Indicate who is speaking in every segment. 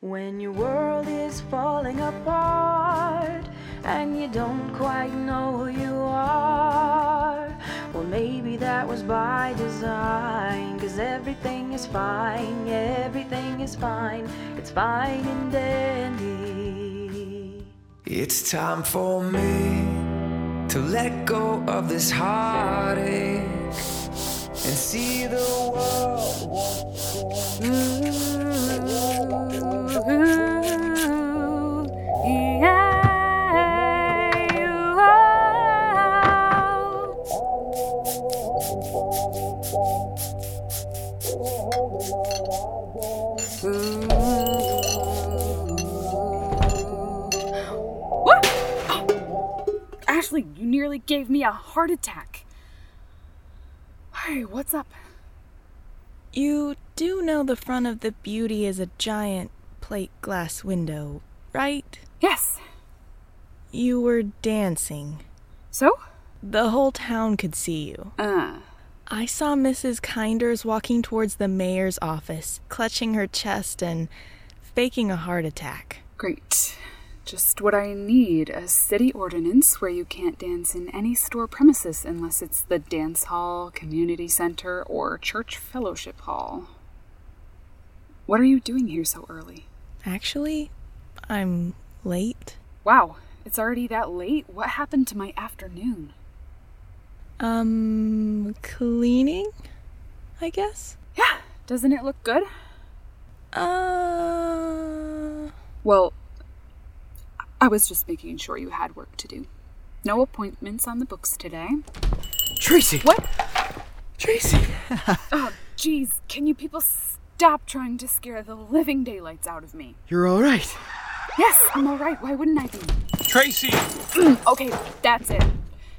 Speaker 1: When your world is falling apart and you don't quite know who you are, well, maybe that was by design, 'cause everything is fine, everything is fine, it's fine and dandy.
Speaker 2: It's time for me to let go of this heartache and see the world.
Speaker 3: Ashley, you nearly gave me a heart attack. Hey, what's up?
Speaker 4: You do know the front of the beauty is a giant plate glass window, right?
Speaker 3: Yes.
Speaker 4: You were dancing.
Speaker 3: So?
Speaker 4: The whole town could see you.
Speaker 3: Uh.
Speaker 4: I saw Mrs. Kinders walking towards the mayor's office, clutching her chest and faking a heart attack.
Speaker 3: Great. Just what I need a city ordinance where you can't dance in any store premises unless it's the dance hall, community center, or church fellowship hall. What are you doing here so early?
Speaker 4: Actually, I'm late.
Speaker 3: Wow, it's already that late? What happened to my afternoon?
Speaker 4: Um, cleaning? I guess?
Speaker 3: Yeah, doesn't it look good?
Speaker 4: Uh.
Speaker 3: Well, I was just making sure you had work to do. No appointments on the books today.
Speaker 5: Tracy!
Speaker 3: What?
Speaker 5: Tracy!
Speaker 3: Oh, jeez, can you people stop trying to scare the living daylights out of me?
Speaker 5: You're alright.
Speaker 3: Yes, I'm alright. Why wouldn't I be?
Speaker 6: Tracy!
Speaker 3: Okay, that's it.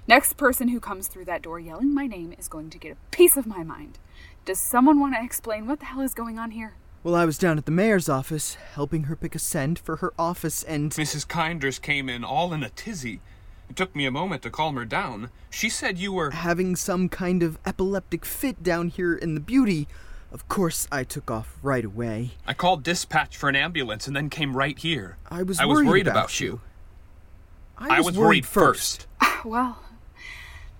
Speaker 3: Next person who comes through that door yelling my name is going to get a piece of my mind. Does someone want to explain what the hell is going on here?
Speaker 5: Well, I was down at the mayor's office, helping her pick a scent for her office, and.
Speaker 6: Mrs. Kinders came in all in a tizzy. It took me a moment to calm her down. She said you were.
Speaker 5: having some kind of epileptic fit down here in the beauty. Of course, I took off right away.
Speaker 6: I called dispatch for an ambulance and then came right here.
Speaker 5: I was
Speaker 6: I was
Speaker 5: worried
Speaker 6: worried,
Speaker 5: about
Speaker 6: about,
Speaker 5: you.
Speaker 6: you. I was, worried, first.
Speaker 3: Well,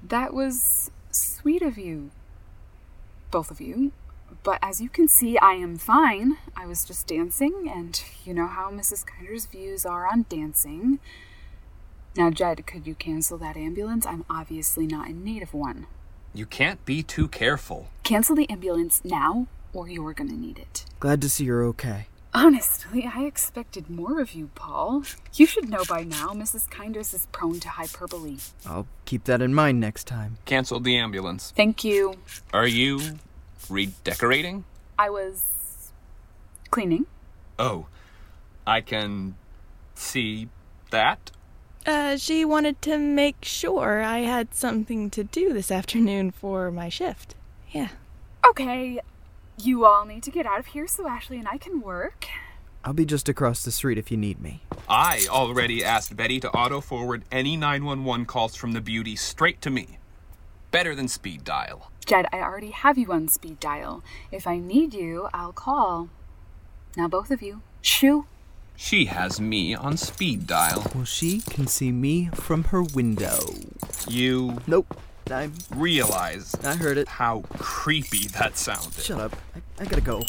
Speaker 3: that was sweet of you, both of you. But as you can see, I am fine. I was just dancing, and you know how Mrs. Kinder's views are on dancing. Now, Jed, could you cancel that ambulance? I'm obviously not in need of one.
Speaker 6: You can't be too careful.
Speaker 3: Cancel the ambulance now, or you're gonna need it.
Speaker 5: Glad to see you're okay.
Speaker 3: Honestly, I expected more of you, Paul. You should know by now Mrs. Kinders is prone to hyperbole.
Speaker 5: I'll keep that in mind next time.
Speaker 6: Canceled the ambulance.
Speaker 3: Thank you.
Speaker 6: Are you redecorating?
Speaker 3: I was cleaning.
Speaker 6: Oh, I can see that.
Speaker 4: Uh, she wanted to make sure I had something to do this afternoon for my shift. Yeah.
Speaker 3: Okay, you all need to get out of here so Ashley and I can work.
Speaker 5: I'll be just across the street if you need me.
Speaker 6: I already asked Betty to auto forward any 911 calls from the beauty straight to me. Better than speed dial.
Speaker 3: Jed, I already have you on speed dial. If I need you, I'll call. Now, both of you. Shoo.
Speaker 6: She has me on speed dial.
Speaker 5: Well, she can see me from her window.
Speaker 6: You
Speaker 5: Nope. I,
Speaker 6: realize
Speaker 5: I heard it.
Speaker 6: how creepy that sounded.
Speaker 5: Shut up. I, I gotta go.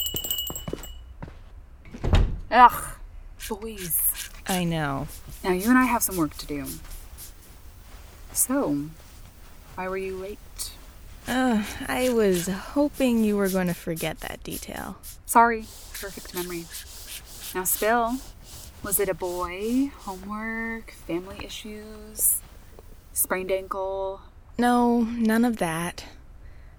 Speaker 3: Ugh, boys.
Speaker 4: I know.
Speaker 3: Now, you and I have some work to do. So, why were you late?
Speaker 4: Uh, I was hoping you were going to forget that detail.
Speaker 3: Sorry, perfect memory. Now, spill. Was it a boy? Homework? Family issues? Sprained ankle?
Speaker 4: No, none of that.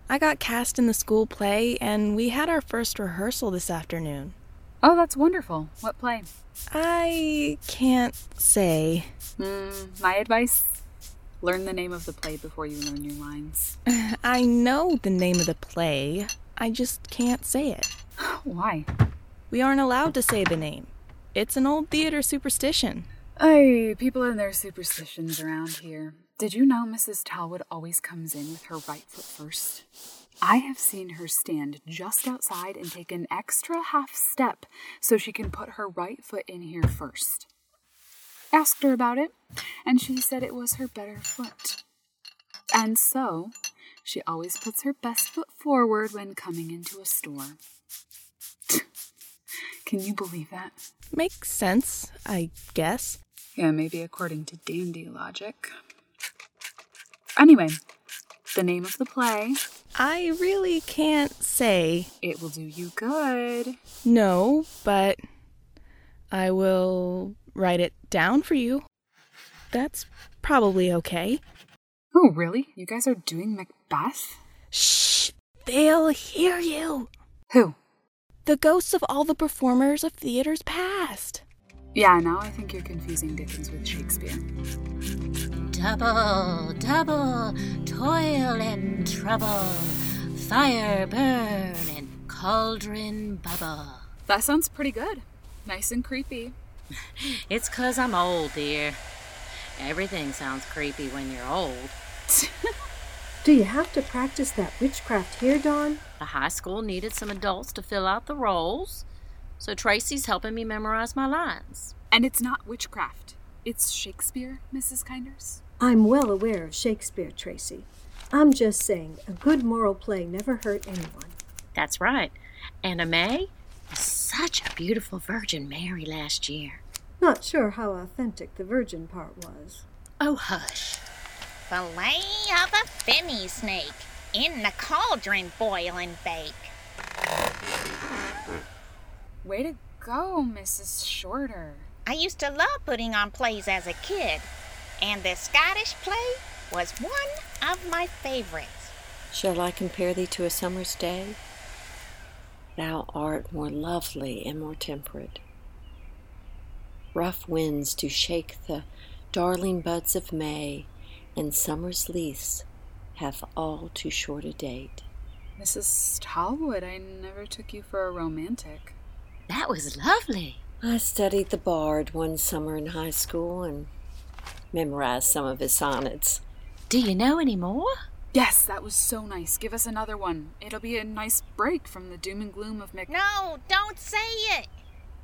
Speaker 4: I got cast in the school play, and we had our first rehearsal this afternoon.
Speaker 3: Oh, that's wonderful. What play?
Speaker 4: I can't say.
Speaker 3: Mm, my advice learn the name of the play before you learn your lines.
Speaker 4: I know the name of the play, I just can't say it.
Speaker 3: Why?
Speaker 4: We aren't allowed to say the name. It's an old theater superstition.
Speaker 3: Ay, people and their superstitions around here. Did you know Mrs. Talwood always comes in with her right foot first? I have seen her stand just outside and take an extra half step so she can put her right foot in here first. Asked her about it, and she said it was her better foot. And so, she always puts her best foot forward when coming into a store. Can you believe that?
Speaker 4: Makes sense, I guess.
Speaker 3: Yeah, maybe according to dandy logic. Anyway, the name of the play,
Speaker 4: I really can't say
Speaker 3: it will do you good.
Speaker 4: no, but I will write it down for you. That's probably okay.
Speaker 3: Oh, really? You guys are doing Macbeth?
Speaker 4: Shh, they'll hear you.
Speaker 3: Who?
Speaker 4: The ghosts of all the performers of theaters past.
Speaker 3: Yeah, now I think you're confusing Dickens with Shakespeare.
Speaker 7: Double, double, toil and trouble, fire burn and cauldron bubble.
Speaker 3: That sounds pretty good. Nice and creepy.
Speaker 7: It's 'cause I'm old, dear. Everything sounds creepy when you're old.
Speaker 8: Do you have to practice that witchcraft here, Dawn?
Speaker 7: The high school needed some adults to fill out the roles, so Tracy's helping me memorize my lines.
Speaker 3: And it's not witchcraft. It's Shakespeare, Mrs. Kinders.
Speaker 8: I'm well aware of Shakespeare, Tracy. I'm just saying, a good moral play never hurt anyone.
Speaker 7: That's right. Anna May was such a beautiful Virgin Mary last year.
Speaker 8: Not sure how authentic the virgin part was.
Speaker 7: Oh, hush.
Speaker 9: Fillet of a finny snake in the cauldron boil and bake.
Speaker 3: Way to go, Mrs. Shorter.
Speaker 9: I used to love putting on plays as a kid, and the Scottish play was one of my favorites.
Speaker 10: Shall I compare thee to a summer's day? Thou art more lovely and more temperate. Rough winds do shake the darling buds of May, and summer's lease hath all too short a date.
Speaker 3: Mrs. Talwood, I never took you for a romantic.
Speaker 7: That was lovely.
Speaker 10: I studied the bard one summer in high school and memorized some of his sonnets.
Speaker 7: Do you know any more?
Speaker 3: Yes, that was so nice. Give us another one. It'll be a nice break from the doom and gloom of Mac.
Speaker 9: No, don't say it.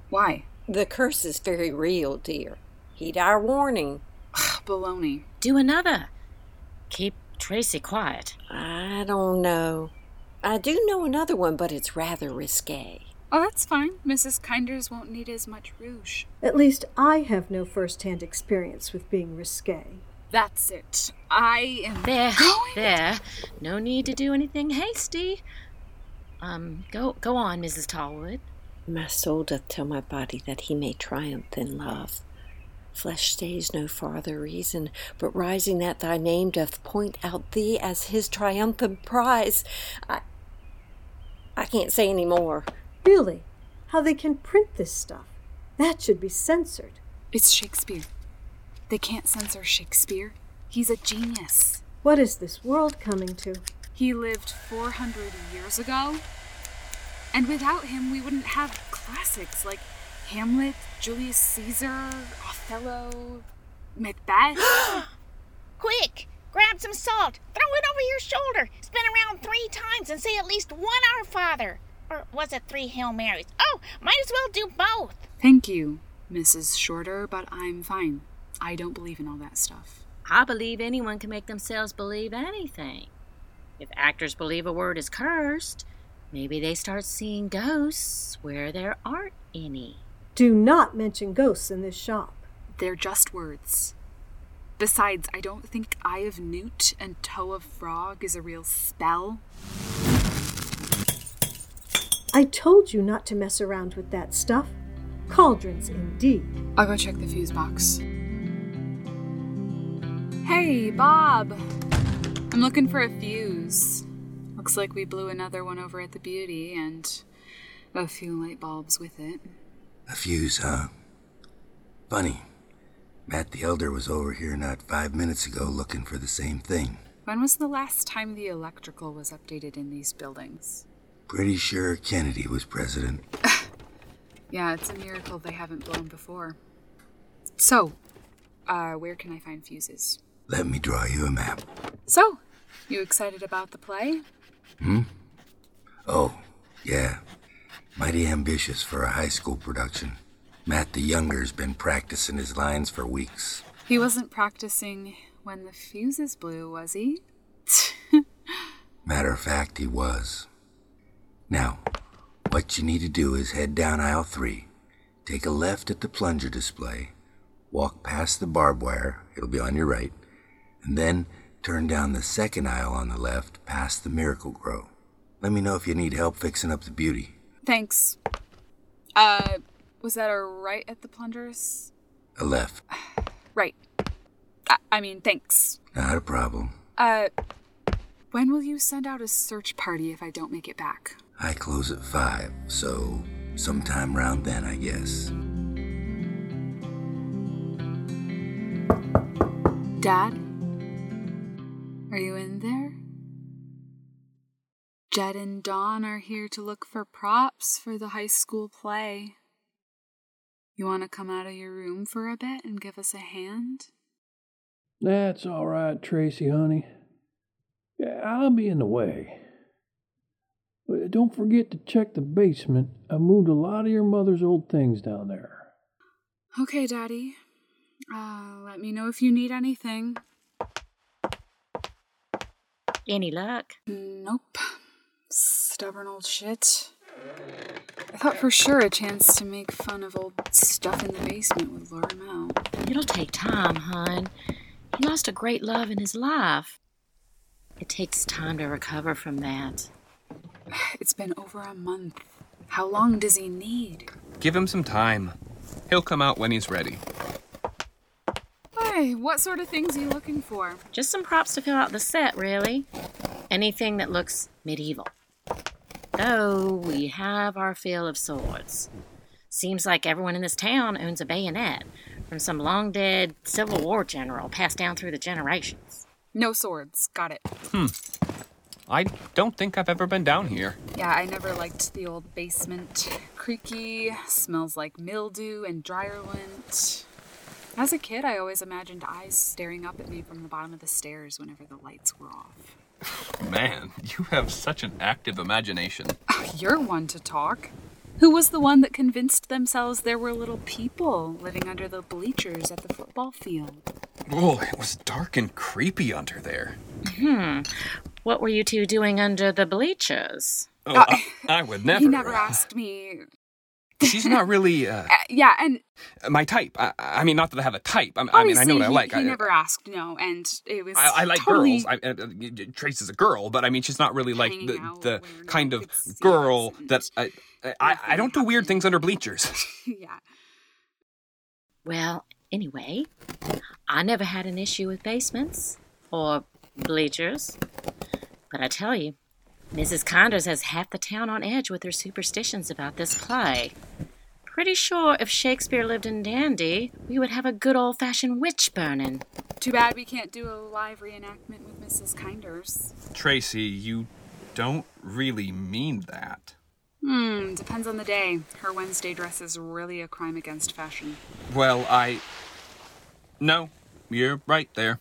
Speaker 3: Why?
Speaker 10: The curse is very real, dear. Heed our warning.
Speaker 3: Ah, Baloney.
Speaker 7: Do another. Keep Tracy quiet.
Speaker 10: I don't know. I do know another one, but it's rather risque.
Speaker 3: Oh, that's fine. Mrs. Kinders won't need as much rouge.
Speaker 8: At least I have no first hand experience with being risque.
Speaker 3: That's it. I am
Speaker 7: There,
Speaker 3: going-
Speaker 7: there. No need to do anything hasty. Um, go, go on, Mrs. Tallwood.
Speaker 10: My soul doth tell my body that he may triumph in love. Flesh stays no farther reason, but rising at thy name doth point out thee as his triumphant prize. I, I can't say any more.
Speaker 8: Really? How they can print this stuff? That should be censored.
Speaker 3: It's Shakespeare. They can't censor Shakespeare. He's a genius.
Speaker 8: What is this world coming to?
Speaker 3: He lived 400 years ago, and without him, we wouldn't have classics like Hamlet, Julius Caesar, Othello, Macbeth.
Speaker 9: Quick, grab some salt, throw it over your shoulder, spin around three times, and say at least one Our Father. Or was it three Hail Marys? Oh, might as well do both.
Speaker 3: Thank you, Mrs. Shorter, but I'm fine. I don't believe in all that stuff.
Speaker 7: I believe anyone can make themselves believe anything. If actors believe a word is cursed, maybe they start seeing ghosts where there aren't any.
Speaker 8: Do not mention ghosts in this shop.
Speaker 3: They're just words. Besides, I don't think Eye of Newt and Toe of Frog is a real spell.
Speaker 8: I told you not to mess around with that stuff. Cauldrons, indeed.
Speaker 3: I'll go check the fuse box. Hey, Bob! I'm looking for a fuse. Looks like we blew another one over at the beauty and a few light bulbs with it.
Speaker 11: A fuse, huh? Funny. Matt the Elder was over here not five minutes ago looking for the same thing.
Speaker 3: When was the last time the electrical was updated in these buildings?
Speaker 11: Pretty sure Kennedy was president.
Speaker 3: Yeah, it's a miracle they haven't blown before. So, uh, where can I find fuses?
Speaker 11: Let me draw you a map.
Speaker 3: So, you excited about the play?
Speaker 11: Hmm? Oh, yeah. Mighty ambitious for a high school production. Matt the Younger's been practicing his lines for weeks.
Speaker 3: He wasn't practicing when the fuses blew, was he?
Speaker 11: Matter of fact, he was. Now, what you need to do is head down aisle three, take a left at the plunger display, walk past the barbed wire, it'll be on your right, and then turn down the second aisle on the left past the Miracle Grow. Let me know if you need help fixing up the beauty.
Speaker 3: Thanks. Uh, was that a right at the plungers?
Speaker 11: A left.
Speaker 3: Right. I, I mean, thanks.
Speaker 11: Not a problem.
Speaker 3: Uh, when will you send out a search party if I don't make it back?
Speaker 11: I close at five, so sometime round then, I guess.
Speaker 3: Dad? Are you in there? Jed and Don are here to look for props for the high school play. You want to come out of your room for a bit and give us a hand?
Speaker 12: That's all right, Tracy, honey. Yeah, I'll be in the way. But Don't forget to check the basement. I moved a lot of your mother's old things down there.
Speaker 3: Okay, Daddy. Uh, let me know if you need anything.
Speaker 7: Any luck?
Speaker 3: Nope. Stubborn old shit. I thought for sure a chance to make fun of old stuff in the basement would lure him out.
Speaker 7: It'll take time, hon. He lost a great love in his life. It takes time to recover from that.
Speaker 3: It's been over a month. How long does he need?
Speaker 6: Give him some time. He'll come out when he's ready.
Speaker 3: Hey, what sort of things are you looking for?
Speaker 7: Just some props to fill out the set, really. Anything that looks medieval. Though we have our fill of swords. Seems like everyone in this town owns a bayonet from some long dead Civil War general passed down through the generations.
Speaker 3: No swords. Got it.
Speaker 6: Hmm. I don't think I've ever been down here.
Speaker 3: Yeah, I never liked the old basement. Creaky, smells like mildew and dryer lint. As a kid, I always imagined eyes staring up at me from the bottom of the stairs whenever the lights were off.
Speaker 6: Man, you have such an active imagination.
Speaker 3: Oh, You're one to talk. Who was the one that convinced themselves there were little people living under the bleachers at the football field?
Speaker 6: Oh, it was dark and creepy under there.
Speaker 7: Hmm. What were you two doing under the bleachers?
Speaker 6: Oh, I, I would
Speaker 3: Uh,
Speaker 6: never.
Speaker 3: He never asked me.
Speaker 6: She's not really uh,
Speaker 3: Uh, yeah, and
Speaker 6: my type. I, I mean, not that I have a type. I, I mean,
Speaker 3: obviously
Speaker 6: I know what I
Speaker 3: he,
Speaker 6: like.
Speaker 3: he
Speaker 6: I, uh,
Speaker 3: never asked. No, and it was.
Speaker 6: I, I like
Speaker 3: totally
Speaker 6: girls. I, I, I- Trace is a girl, but I mean, she's not really like the,
Speaker 3: Hanging out
Speaker 6: the kind of girl that I, I- I, I don't do weird things under bleachers.
Speaker 3: yeah.
Speaker 7: Well, anyway, I never had an issue with basements or bleachers. But I tell you, Mrs. Condors has half the town on edge with her superstitions about this play. Pretty sure if Shakespeare lived in Dandy, we would have a good old fashioned witch burning.
Speaker 3: Too bad we can't do a live reenactment with Mrs. Kinders.
Speaker 6: Tracy, you don't really mean that.
Speaker 3: Hmm, depends on the day. Her Wednesday dress is really a crime against fashion.
Speaker 6: Well, I. No, you're right there.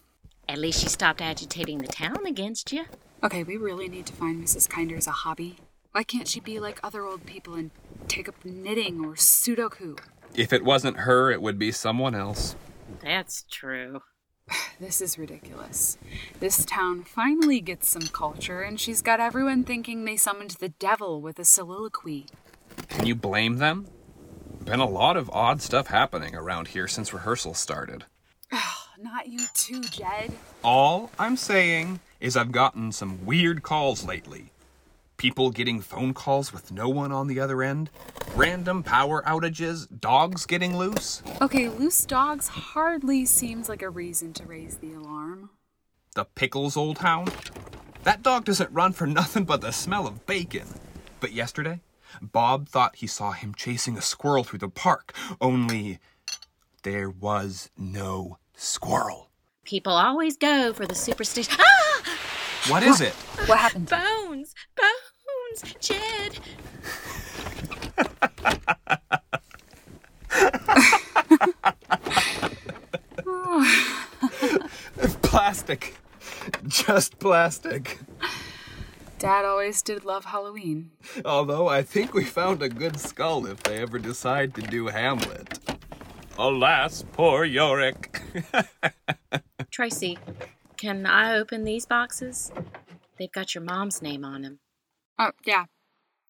Speaker 7: At least she stopped agitating the town against you.
Speaker 3: Okay, we really need to find Mrs. Kinders a hobby. Why can't she be like other old people and take up knitting or sudoku?
Speaker 6: If it wasn't her, it would be someone else.
Speaker 7: That's true.
Speaker 3: This is ridiculous. This town finally gets some culture, and she's got everyone thinking they summoned the devil with a soliloquy.
Speaker 6: Can you blame them? Been a lot of odd stuff happening around here since rehearsal started.
Speaker 3: Not you too, Jed.
Speaker 6: All I'm saying is I've gotten some weird calls lately. People getting phone calls with no one on the other end, random power outages, dogs getting loose.
Speaker 3: Okay, loose dogs hardly seems like a reason to raise the alarm.
Speaker 6: The pickles old hound. That dog doesn't run for nothing but the smell of bacon. But yesterday, Bob thought he saw him chasing a squirrel through the park, only there was no squirrel.
Speaker 7: People always go for the superstition. Ah!
Speaker 6: What is it?
Speaker 3: What happened?
Speaker 7: Bones! Bones! Jed!
Speaker 6: Plastic. Just plastic.
Speaker 3: Dad always did love Halloween.
Speaker 6: Although I think we found a good skull if they ever decide to do Hamlet. Alas, poor Yorick.
Speaker 7: Tracy, can I open these boxes? They've got your mom's name on them.
Speaker 3: Oh, yeah.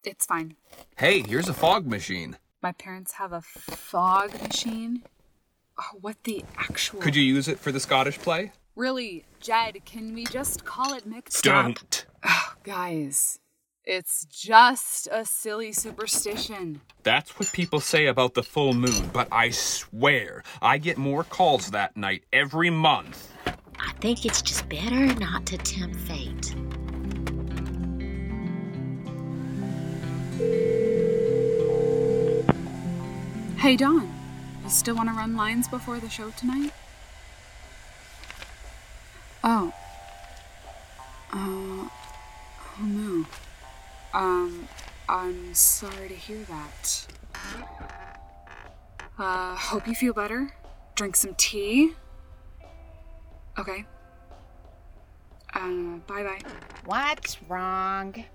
Speaker 3: It's fine.
Speaker 6: Hey, here's a fog machine.
Speaker 3: My parents have a fog machine. Oh, what the actual.
Speaker 6: Could you use it for the Scottish play?
Speaker 3: Really, Jed, can we just call it mixed up?
Speaker 6: Don't.
Speaker 3: Oh, guys, it's just a silly superstition.
Speaker 6: That's what people say about the full moon, but I swear I get more calls that night every month.
Speaker 7: I think it's just better not to tempt fate.
Speaker 3: Hey, Don, you still want to run lines before the show tonight? Oh. Uh, oh no. Um, I'm sorry to hear that. Uh, hope you feel better. Drink some tea. Okay. Uh, bye bye.
Speaker 9: What's wrong?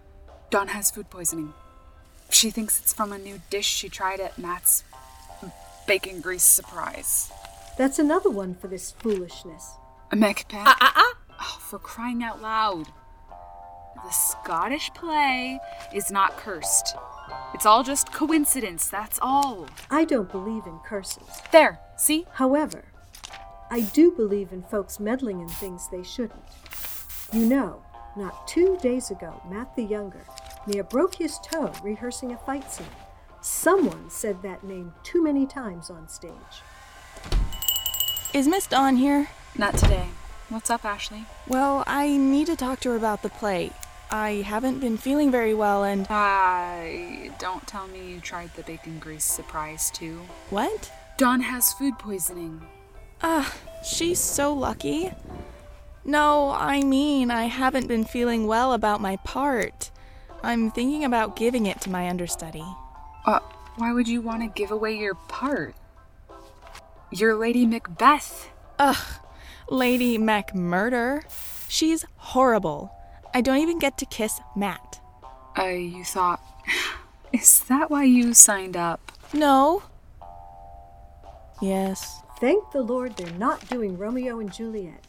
Speaker 3: Dawn has food poisoning. She thinks it's from a new dish she tried at Matt's bacon grease surprise.
Speaker 8: That's another one for this foolishness.
Speaker 3: A mech pack? Uh, uh, uh. Oh, for crying out loud. The Scottish play is not cursed. It's all just coincidence, that's all.
Speaker 8: I don't believe in curses.
Speaker 3: There, see?
Speaker 8: However, I do believe in folks meddling in things they shouldn't. You know, not two days ago, Matt the Younger near broke his toe rehearsing a fight scene. Someone said that name too many times on stage.
Speaker 4: Is Miss Dawn here?
Speaker 3: Not today. What's up, Ashley?
Speaker 4: Well, I need to talk to her about the play. I haven't been feeling very well and.
Speaker 3: I don't tell me you tried the bacon grease surprise too.
Speaker 4: What?
Speaker 3: Dawn has food poisoning.
Speaker 4: Ah, she's so lucky. No, I mean, I haven't been feeling well about my part. I'm thinking about giving it to my understudy.
Speaker 3: Uh, why would you want to give away your part? You're Lady Macbeth.
Speaker 4: Ugh, Lady Macmurder. She's horrible. I don't even get to kiss Matt.
Speaker 3: Uh, you thought. Is that why you signed up?
Speaker 4: No. Yes.
Speaker 8: Thank the Lord they're not doing Romeo and Juliet,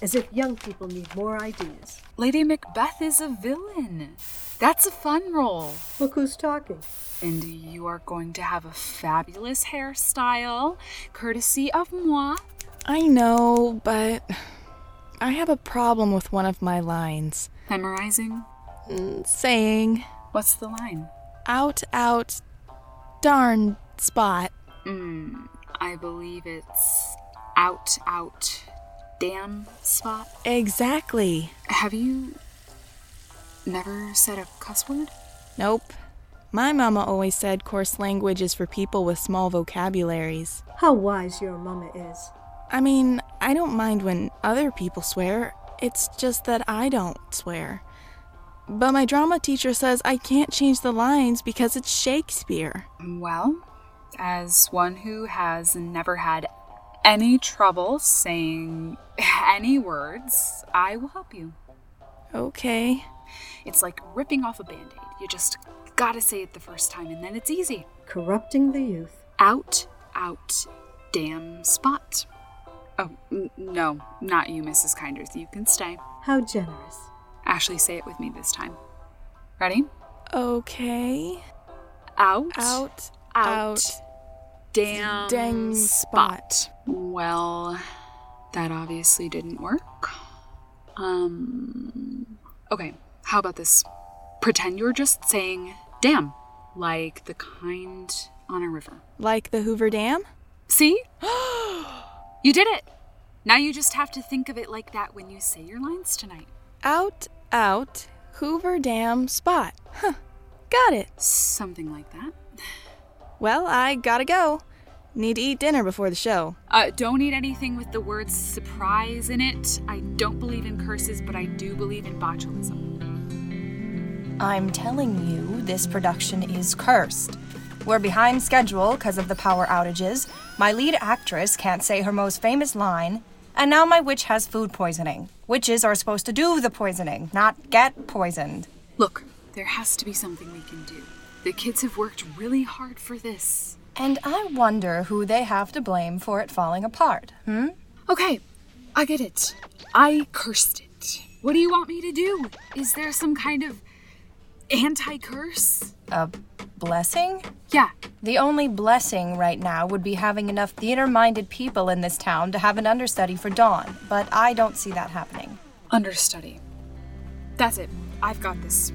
Speaker 8: as if young people need more ideas.
Speaker 3: Lady Macbeth is a villain. That's a fun roll.
Speaker 8: Look who's talking.
Speaker 3: And you are going to have a fabulous hairstyle, courtesy of moi.
Speaker 4: I know, but I have a problem with one of my lines.
Speaker 3: Memorizing?
Speaker 4: Mm, saying.
Speaker 3: What's the line?
Speaker 4: Out, out, darn spot.
Speaker 3: Mm, I believe it's out, out, damn spot.
Speaker 4: Exactly.
Speaker 3: Have you never said a cuss word?
Speaker 4: Nope. My mama always said coarse language is for people with small vocabularies.
Speaker 8: How wise your mama is.
Speaker 4: I mean, I don't mind when other people swear, it's just that I don't swear. But my drama teacher says I can't change the lines because it's Shakespeare.
Speaker 3: Well, as one who has never had any trouble saying any words, I will help you.
Speaker 4: Okay.
Speaker 3: It's like ripping off a band aid. You just gotta say it the first time and then it's easy.
Speaker 8: Corrupting the youth.
Speaker 3: Out, out, damn spot. Oh, n- no, not you, Mrs. Kinders. You can stay.
Speaker 8: How generous.
Speaker 3: Ashley, say it with me this time. Ready?
Speaker 4: Okay.
Speaker 3: Out,
Speaker 4: out, out, out
Speaker 3: damn,
Speaker 4: dang spot. spot.
Speaker 3: Well, that obviously didn't work. Um, okay, how about this? Pretend you're just saying damn, like the kind on a river.
Speaker 4: Like the Hoover Dam?
Speaker 3: See? you did it! Now you just have to think of it like that when you say your lines tonight.
Speaker 4: Out, out, Hoover Dam spot. Huh, got it.
Speaker 3: Something like that.
Speaker 4: Well, I gotta go. Need to eat dinner before the show.
Speaker 3: Uh, don't eat anything with the word surprise in it. I don't believe in curses, but I do believe in botulism.
Speaker 13: I'm telling you, this production is cursed. We're behind schedule because of the power outages. My lead actress can't say her most famous line. And now my witch has food poisoning. Witches are supposed to do the poisoning, not get poisoned.
Speaker 3: Look, there has to be something we can do. The kids have worked really hard for this.
Speaker 13: And I wonder who they have to blame for it falling apart, hmm?
Speaker 3: Okay, I get it. I cursed it. What do you want me to do? Is there some kind of anti curse?
Speaker 13: A blessing?
Speaker 3: Yeah.
Speaker 13: The only blessing right now would be having enough theater minded people in this town to have an understudy for Dawn, but I don't see that happening.
Speaker 3: Understudy. That's it. I've got this.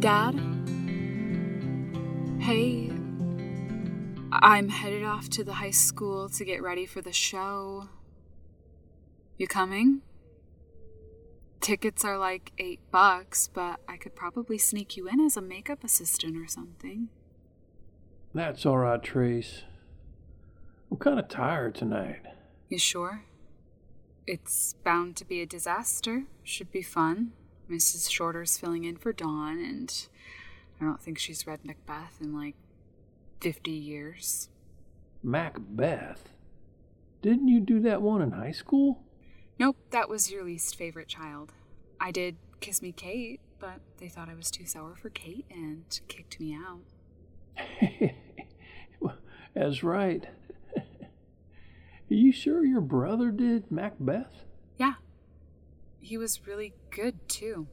Speaker 3: Dad? Hey. I'm headed off to the high school to get ready for the show. You coming? Tickets are like eight bucks, but I could probably sneak you in as a makeup assistant or something.
Speaker 12: That's all right, Trace. I'm kind of tired tonight.
Speaker 3: You sure? It's bound to be a disaster. Should be fun. Mrs. Shorter's filling in for Dawn, and I don't think she's read Macbeth in like 50 years.
Speaker 12: Macbeth? Didn't you do that one in high school?
Speaker 3: Nope, that was your least favorite child. I did Kiss Me Kate, but they thought I was too sour for Kate and kicked me out.
Speaker 12: That's right. Are you sure your brother did Macbeth?
Speaker 3: Yeah. He was really good, too,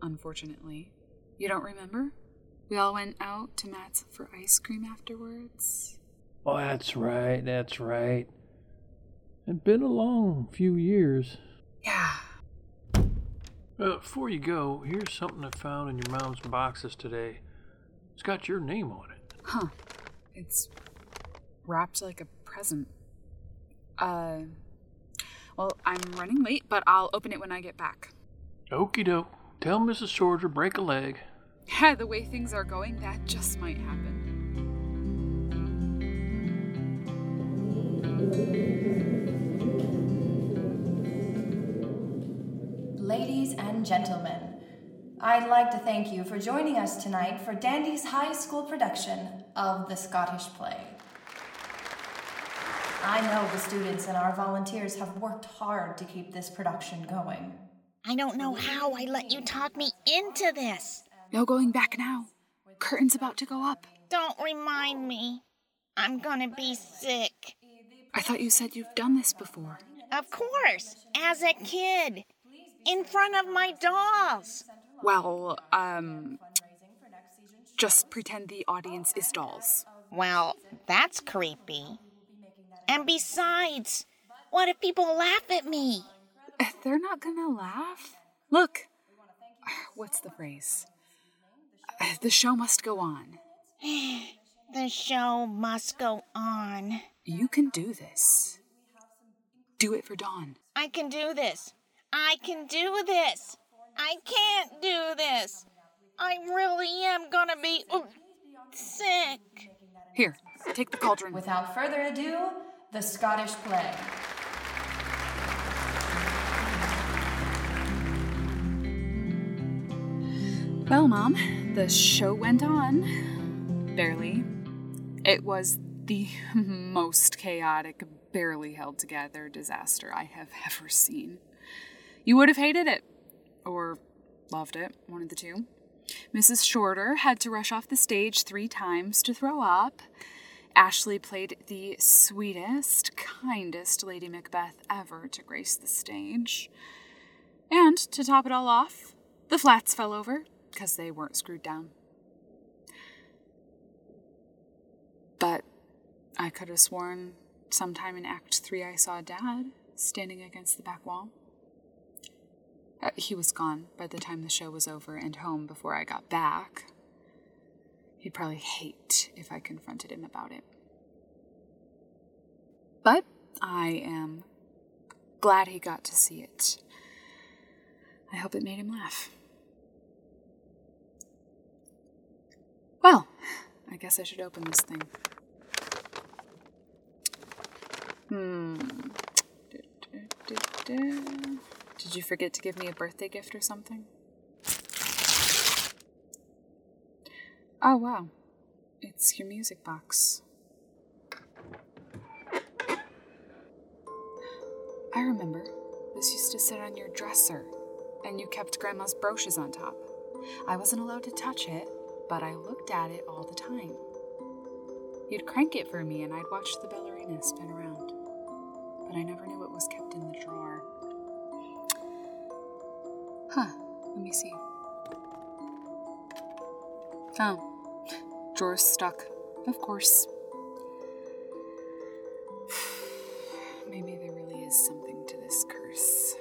Speaker 3: unfortunately. You don't remember? We all went out to Matt's for ice cream afterwards.
Speaker 12: Oh, that's right, that's right. It's been a long few years.
Speaker 3: Yeah.
Speaker 12: Uh, before you go, here's something I found in your mom's boxes today. It's got your name on it.
Speaker 3: Huh. It's wrapped like a present. Uh, well, I'm running late, but I'll open it when I get back.
Speaker 12: Okie doke. Tell Mrs. Shorter break a leg.
Speaker 3: Yeah, the way things are going, that just might happen.
Speaker 13: Ladies and gentlemen, I'd like to thank you for joining us tonight for Dandy's high school production of the Scottish play. I know the students and our volunteers have worked hard to keep this production going.
Speaker 9: I don't know how I let you talk me into this.
Speaker 3: No going back now. Curtain's about to go up.
Speaker 9: Don't remind me. I'm gonna be sick.
Speaker 3: I thought you said you've done this before.
Speaker 9: Of course, as a kid, in front of my dolls.
Speaker 3: Well, um, just pretend the audience is dolls.
Speaker 9: Well, that's creepy. And besides, what if people laugh at me?
Speaker 3: They're not gonna laugh. Look, what's the phrase? Uh, The show must go on.
Speaker 9: the show must go on.
Speaker 3: You can do this. Do it for Dawn.
Speaker 9: I can do this. I can do this. I can't do this. I really am gonna be oh, sick.
Speaker 3: Here, take the cauldron.
Speaker 13: Without further ado, the Scottish play.
Speaker 3: Well, Mom, the show went on. Barely. It was the most chaotic, barely held together disaster I have ever seen. You would have hated it, or loved it, one of the two. Mrs. Shorter had to rush off the stage three times to throw up. Ashley played the sweetest, kindest Lady Macbeth ever to grace the stage. And to top it all off, the flats fell over because they weren't screwed down. But I could have sworn sometime in Act 3 I saw Dad standing against the back wall. Uh, he was gone by the time the show was over and home before I got back. He'd probably hate if I confronted him about it. But I am glad he got to see it. I hope it made him laugh. Well, I guess I should open this thing. Hmm. Did you forget to give me a birthday gift or something? Oh, wow. It's your music box. I remember. This used to sit on your dresser and you kept Grandma's brooches on top. I wasn't allowed to touch it, but I looked at it all the time. You'd crank it for me, and I'd watch the ballerina spin around. But I never knew it was kept in the drawer. Huh, let me see. Oh, drawer's stuck. Of course. Maybe there really is something to this curse.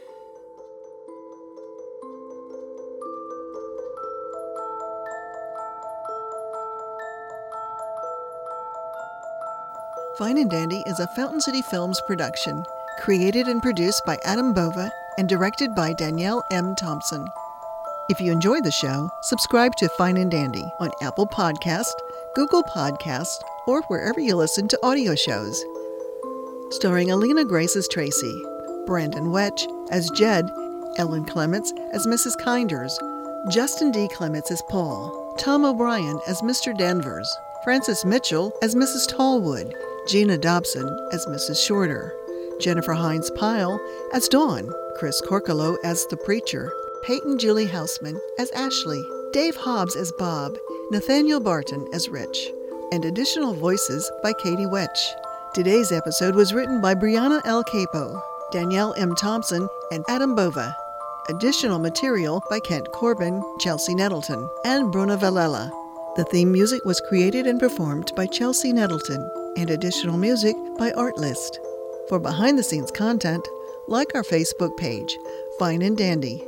Speaker 14: Fine and Dandy is a Fountain City Films production, created and produced by Adam Bova and directed by Danielle M. Thompson. If you enjoy the show, subscribe to Fine and Dandy on Apple Podcast, Google Podcast, or wherever you listen to audio shows. Starring Alina Grace as Tracy, Brandon Wetch as Jed, Ellen Clements as Mrs. Kinders, Justin D. Clements as Paul, Tom O'Brien as Mr. Danvers, Frances Mitchell as Mrs. Tallwood, Gina Dobson as Mrs. Shorter, Jennifer Hines Pyle as Dawn, Chris Corcolo as the preacher, Peyton Julie Houseman as Ashley, Dave Hobbs as Bob, Nathaniel Barton as Rich, and additional voices by Katie Wetch. Today's episode was written by Brianna L. Capo, Danielle M. Thompson, and Adam Bova. Additional material by Kent Corbin, Chelsea Nettleton, and Bruna Valella. The theme music was created and performed by Chelsea Nettleton, and additional music by Artlist. For behind the scenes content, like our Facebook page, Fine and Dandy.